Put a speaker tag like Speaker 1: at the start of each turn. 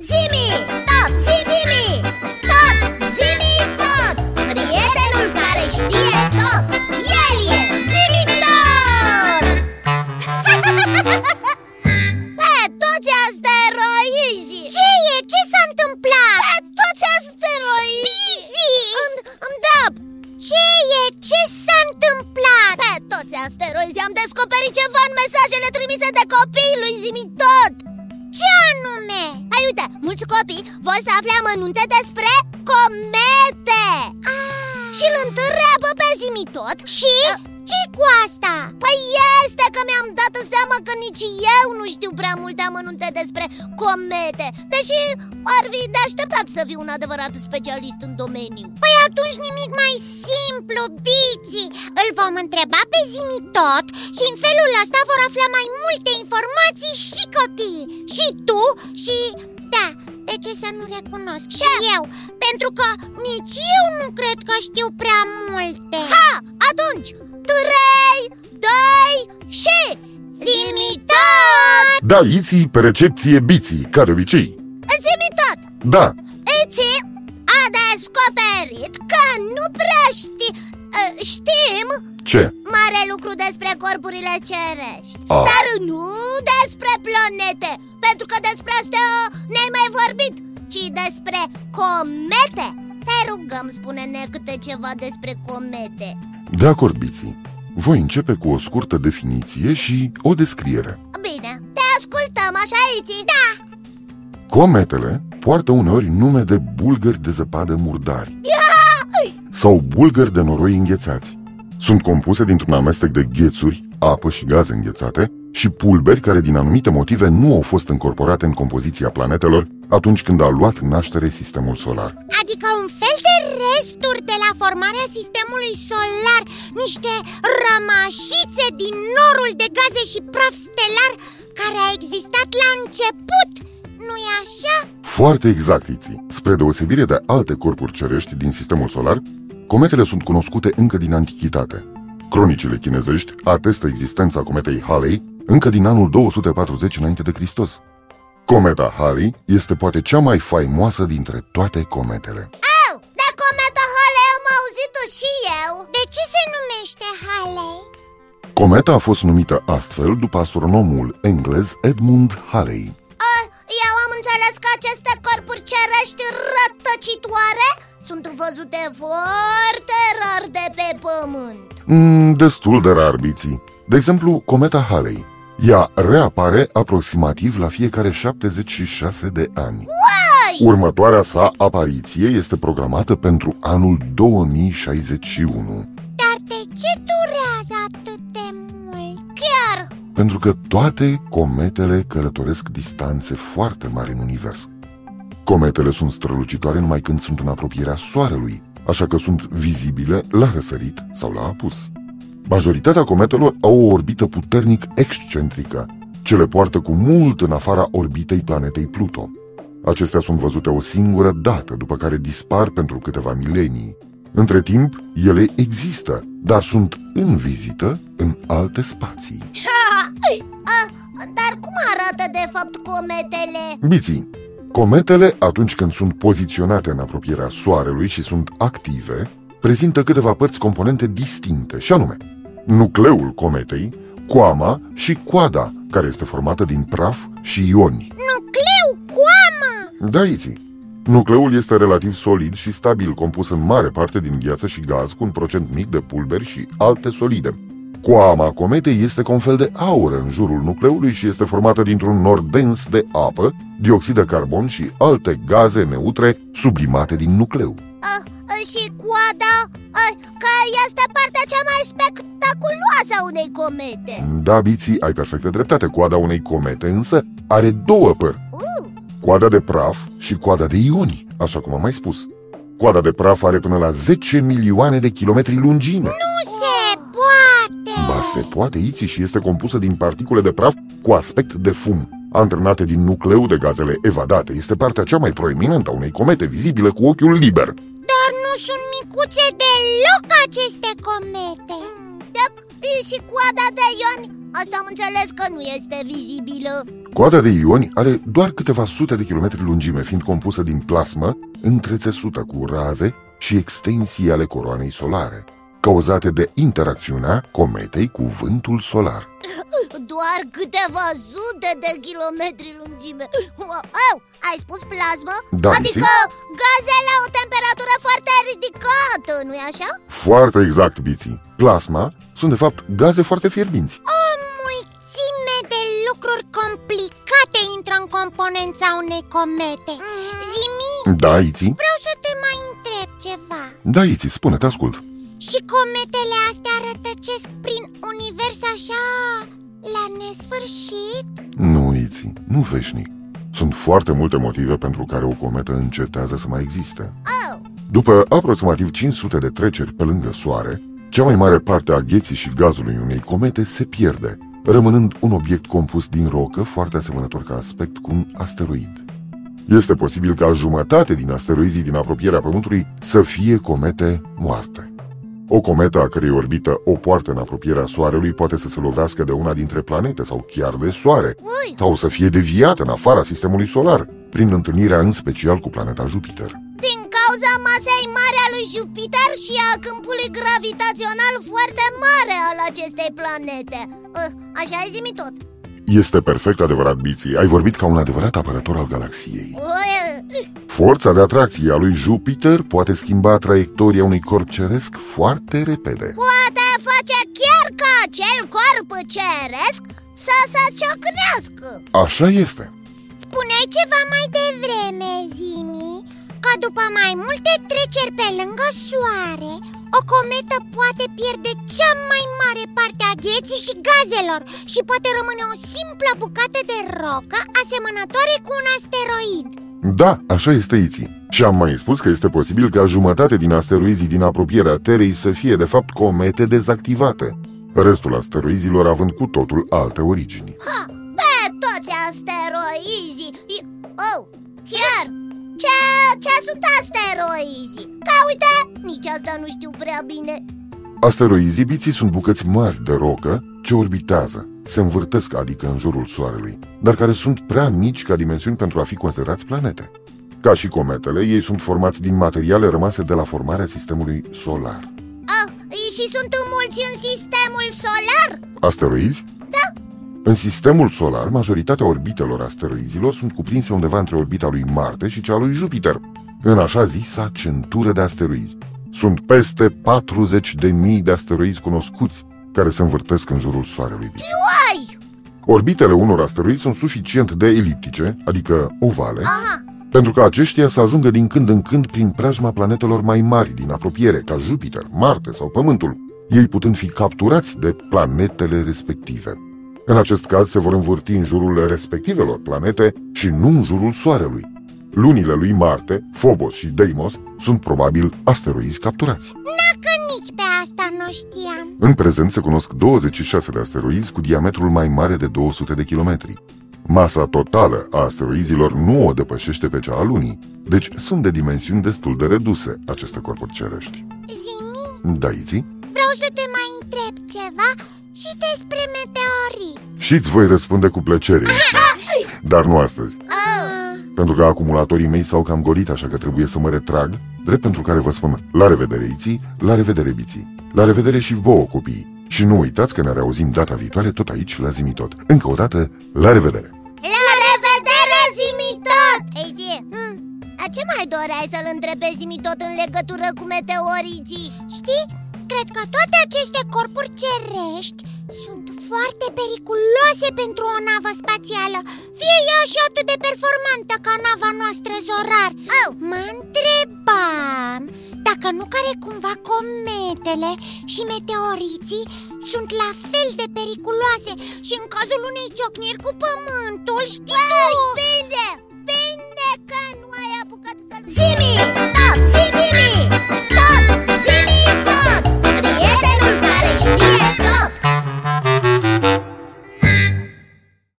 Speaker 1: Zimi, tot, zimi, tot, zimi, tot Prietenul care știe tot, el e zimi tot Pe toți asteroizi Ce e? Ce s-a întâmplat? Pe toți asteroizi Bizi! Îmi dap Ce e? Ce s-a întâmplat? Pe toți asteroizi am descoperit ceva în mesajele trimise de copiii lui Zimi tot ce anume? Ai uite, mulți copii vor să afle amănunte despre comete Și îl întreabă pe Zimitot Și? ce cu asta? Păi este că mi-am dat seama că nici eu nu știu prea multe amănunte despre comete Deși ar fi de așteptat să fiu un adevărat specialist în domeniu Păi atunci nimic mai simplu, Biții Îl vom întreba pe Zimitot și în felul ăsta vor afla mai multe informații și copiii Și tu și... Da, de ce să nu recunosc ce? și eu? Pentru că nici eu nu cred că știu prea multe Ha! Atunci, trei, doi și... Zimitot!
Speaker 2: Da, iții pe recepție biții, ca de obicei.
Speaker 1: Zimitot!
Speaker 2: Da,
Speaker 1: Iți a descoperit că nu prea ști, uh, știm
Speaker 2: ce?
Speaker 1: mare lucru despre corpurile cerești
Speaker 2: A.
Speaker 1: Dar nu despre planete, pentru că despre asta ne-ai mai vorbit Ci despre comete Te rugăm, spune-ne câte ceva despre comete
Speaker 2: De acord, biții. Voi începe cu o scurtă definiție și o descriere.
Speaker 1: Bine, te ascultăm, așa aici? Da
Speaker 2: Cometele poartă uneori nume de bulgări de zăpadă murdari sau bulgări de noroi înghețați. Sunt compuse dintr-un amestec de ghețuri, apă și gaze înghețate și pulberi care din anumite motive nu au fost încorporate în compoziția planetelor atunci când a luat naștere sistemul solar.
Speaker 1: Adică un fel de resturi de la formarea sistemului solar Niște rămașițe din norul de gaze și praf stelar Care a existat la început Nu-i așa?
Speaker 2: Foarte exact, Iții. Spre deosebire de alte corpuri cerești din sistemul solar, cometele sunt cunoscute încă din antichitate. Cronicile chinezești atestă existența cometei Halley încă din anul 240 înainte de Hristos. Cometa Halley este poate cea mai faimoasă dintre toate cometele.
Speaker 1: Au, Oh, de cometa Halley am auzit-o și eu De ce se numește Halley?
Speaker 2: Cometa a fost numită astfel după astronomul englez Edmund Halley.
Speaker 1: Oh, Eu am înțeles că aceste corpuri cerești rătăcitoare Sunt văzute foarte rar de pe pământ
Speaker 2: Mm, destul de rar, biții. De exemplu, cometa Halley. Ea reapare aproximativ la fiecare 76 de ani.
Speaker 1: Ai!
Speaker 2: Următoarea sa apariție este programată pentru anul 2061,
Speaker 1: Dar de ce durează atât de mult? Chiar!
Speaker 2: pentru că toate cometele călătoresc distanțe foarte mari în univers. Cometele sunt strălucitoare numai când sunt în apropierea Soarelui, așa că sunt vizibile la răsărit sau la apus. Majoritatea cometelor au o orbită puternic excentrică, ce le poartă cu mult în afara orbitei planetei Pluto. Acestea sunt văzute o singură dată, după care dispar pentru câteva milenii. Între timp, ele există, dar sunt în vizită în alte spații.
Speaker 1: A, dar cum arată de fapt cometele?
Speaker 2: Biții. Cometele, atunci când sunt poziționate în apropierea Soarelui și sunt active, prezintă câteva părți componente distincte, și anume nucleul cometei, coama și coada, care este formată din praf și ioni.
Speaker 1: Nucleu, coamă!
Speaker 2: Da, Iții. Nucleul este relativ solid și stabil, compus în mare parte din gheață și gaz, cu un procent mic de pulberi și alte solide. Coama cometei este ca un fel de aur în jurul nucleului și este formată dintr-un nor dens de apă, dioxid de carbon și alte gaze neutre sublimate din nucleu.
Speaker 1: A, a, și coada, a, că este partea cea mai spectaculoasă a unei comete
Speaker 2: Da, Biții, ai perfectă dreptate. Coada unei comete însă are două părți.
Speaker 1: uh,
Speaker 2: coada de praf și coada de ioni, așa cum am mai spus. Coada de praf are până la 10 milioane de kilometri lungime.
Speaker 1: Nu se poate!
Speaker 2: Ba se poate iți și este compusă din particule de praf cu aspect de fum, antrenate din nucleu de gazele evadate. Este partea cea mai proeminentă a unei comete vizibile cu ochiul liber.
Speaker 1: Dar nu sunt micuțe deloc aceste comete Da, și coada de ioni Asta am înțeles că nu este vizibilă
Speaker 2: Coada de ioni are doar câteva sute de kilometri lungime, fiind compusă din plasmă întrețesută cu raze și extensii ale coroanei solare, cauzate de interacțiunea cometei cu vântul solar.
Speaker 1: Doar câteva zute de kilometri lungime Au, ai spus plasmă?
Speaker 2: Da,
Speaker 1: adică gaze la o temperatură foarte ridicată, nu-i așa?
Speaker 2: Foarte exact, Biții. Plasma sunt, de fapt, gaze foarte fierbinți.
Speaker 1: O mulțime de lucruri complicate intră în componența unei comete Zimi,
Speaker 2: Da, Iții?
Speaker 1: vreau să te mai întreb ceva
Speaker 2: Da, Iții, spune, te ascult.
Speaker 1: Și cometele astea rătăcesc prin univers așa la nesfârșit?
Speaker 2: Nu, Iții, nu veșnic. Sunt foarte multe motive pentru care o cometă încetează să mai existe.
Speaker 1: Oh,
Speaker 2: După aproximativ 500 de treceri pe lângă Soare, cea mai mare parte a gheții și gazului unei comete se pierde, rămânând un obiect compus din rocă foarte asemănător ca aspect cu un asteroid. Este posibil ca jumătate din asteroizii din apropierea Pământului să fie comete moarte. O cometă a cărei orbită o poartă în apropierea Soarelui poate să se lovească de una dintre planete sau chiar de Soare,
Speaker 1: ui,
Speaker 2: sau să fie deviată în afara sistemului solar, prin întâlnirea în special cu planeta Jupiter.
Speaker 1: Din cauza masei mare a lui Jupiter și a câmpului gravitațional foarte mare al acestei planete Uh, Așa ai zimi tot
Speaker 2: Este perfect adevărat, Biții. Ai vorbit ca un adevărat apărător al galaxiei.
Speaker 1: Ui,
Speaker 2: Forța de atracție a lui Jupiter poate schimba traiectoria unui corp ceresc foarte repede.
Speaker 1: Poate face chiar ca acel corp ceresc să se ciocnească
Speaker 2: Așa este.
Speaker 1: Spuneai ceva mai devreme, Zimi, că după mai multe treceri pe lângă soare, o cometă poate pierde cea mai mare parte a gheții și gazelor și poate rămâne o simplă bucată de rocă asemănătoare cu un asteroid.
Speaker 2: Da, așa este Iții. Și am mai spus că este posibil ca jumătate din asteroizii din apropierea Terei să fie, de fapt, comete dezactivate, restul asteroizilor având cu totul alte origini.
Speaker 1: Ha, pe toți asteroizii I- Oh, chiar ce, ce sunt asteroizii? Ca uite, nici asta nu știu prea bine
Speaker 2: Asteroizii biții sunt bucăți mari de rocă ce orbitează, se învârtesc adică în jurul Soarelui, dar care sunt prea mici ca dimensiuni pentru a fi considerați planete. Ca și cometele, ei sunt formați din materiale rămase de la formarea sistemului solar.
Speaker 1: Ah, și sunt mulți în sistemul solar?
Speaker 2: Asteroizi? Da! În sistemul solar, majoritatea orbitelor asteroizilor sunt cuprinse undeva între orbita lui Marte și cea lui Jupiter, în așa zisa centură de asteroizi. Sunt peste 40.000 de asteroizi cunoscuți care se învârtesc în jurul Soarelui.
Speaker 1: Uai!
Speaker 2: Orbitele unor asteroizi sunt suficient de eliptice, adică ovale,
Speaker 1: Aha,
Speaker 2: pentru ca aceștia să ajungă din când în când prin preajma planetelor mai mari din apropiere, ca Jupiter, Marte sau Pământul, ei putând fi capturați de planetele respective. În acest caz se vor învârti în jurul respectivelor planete și nu în jurul Soarelui. Lunile lui Marte, Phobos și Deimos sunt probabil asteroizi capturați.
Speaker 1: că nici pe asta nu știam
Speaker 2: În prezent se cunosc 26 de asteroizi cu diametrul mai mare de 200 de kilometri. Masa totală a asteroizilor nu o depășește pe cea a Lunii, deci sunt de dimensiuni destul de reduse aceste corpuri cerești.
Speaker 1: Zimi,
Speaker 2: Da, Iții?
Speaker 1: vreau să te mai întreb ceva și despre meteoriți
Speaker 2: Și îți voi răspunde cu plăcere, Iții. Dar nu astăzi,
Speaker 1: oh.
Speaker 2: pentru că acumulatorii mei s-au cam golit, așa că trebuie să mă retrag, drept pentru care vă spun la revedere, Iții, la revedere, Biții, la revedere și vouă, copiii. Și nu uitați că ne reauzim data viitoare tot aici, la Zimitot. Încă o dată, la revedere!
Speaker 1: La revedere, Zimi tot! Ei, zi, hmm, dar ce mai doreai să-l întrebe Zimi tot în legătură cu meteoriții? Știi, cred că toate aceste corpuri cerești sunt foarte periculoase pentru o navă spațială Fie ea și atât de performantă ca nava noastră Zorar oh. Mă întrebam dacă nu care cumva cometele și meteoriții sunt la fel de periculoase și în cazul unei ciocniri cu pământul, știi Vai, tu? bine!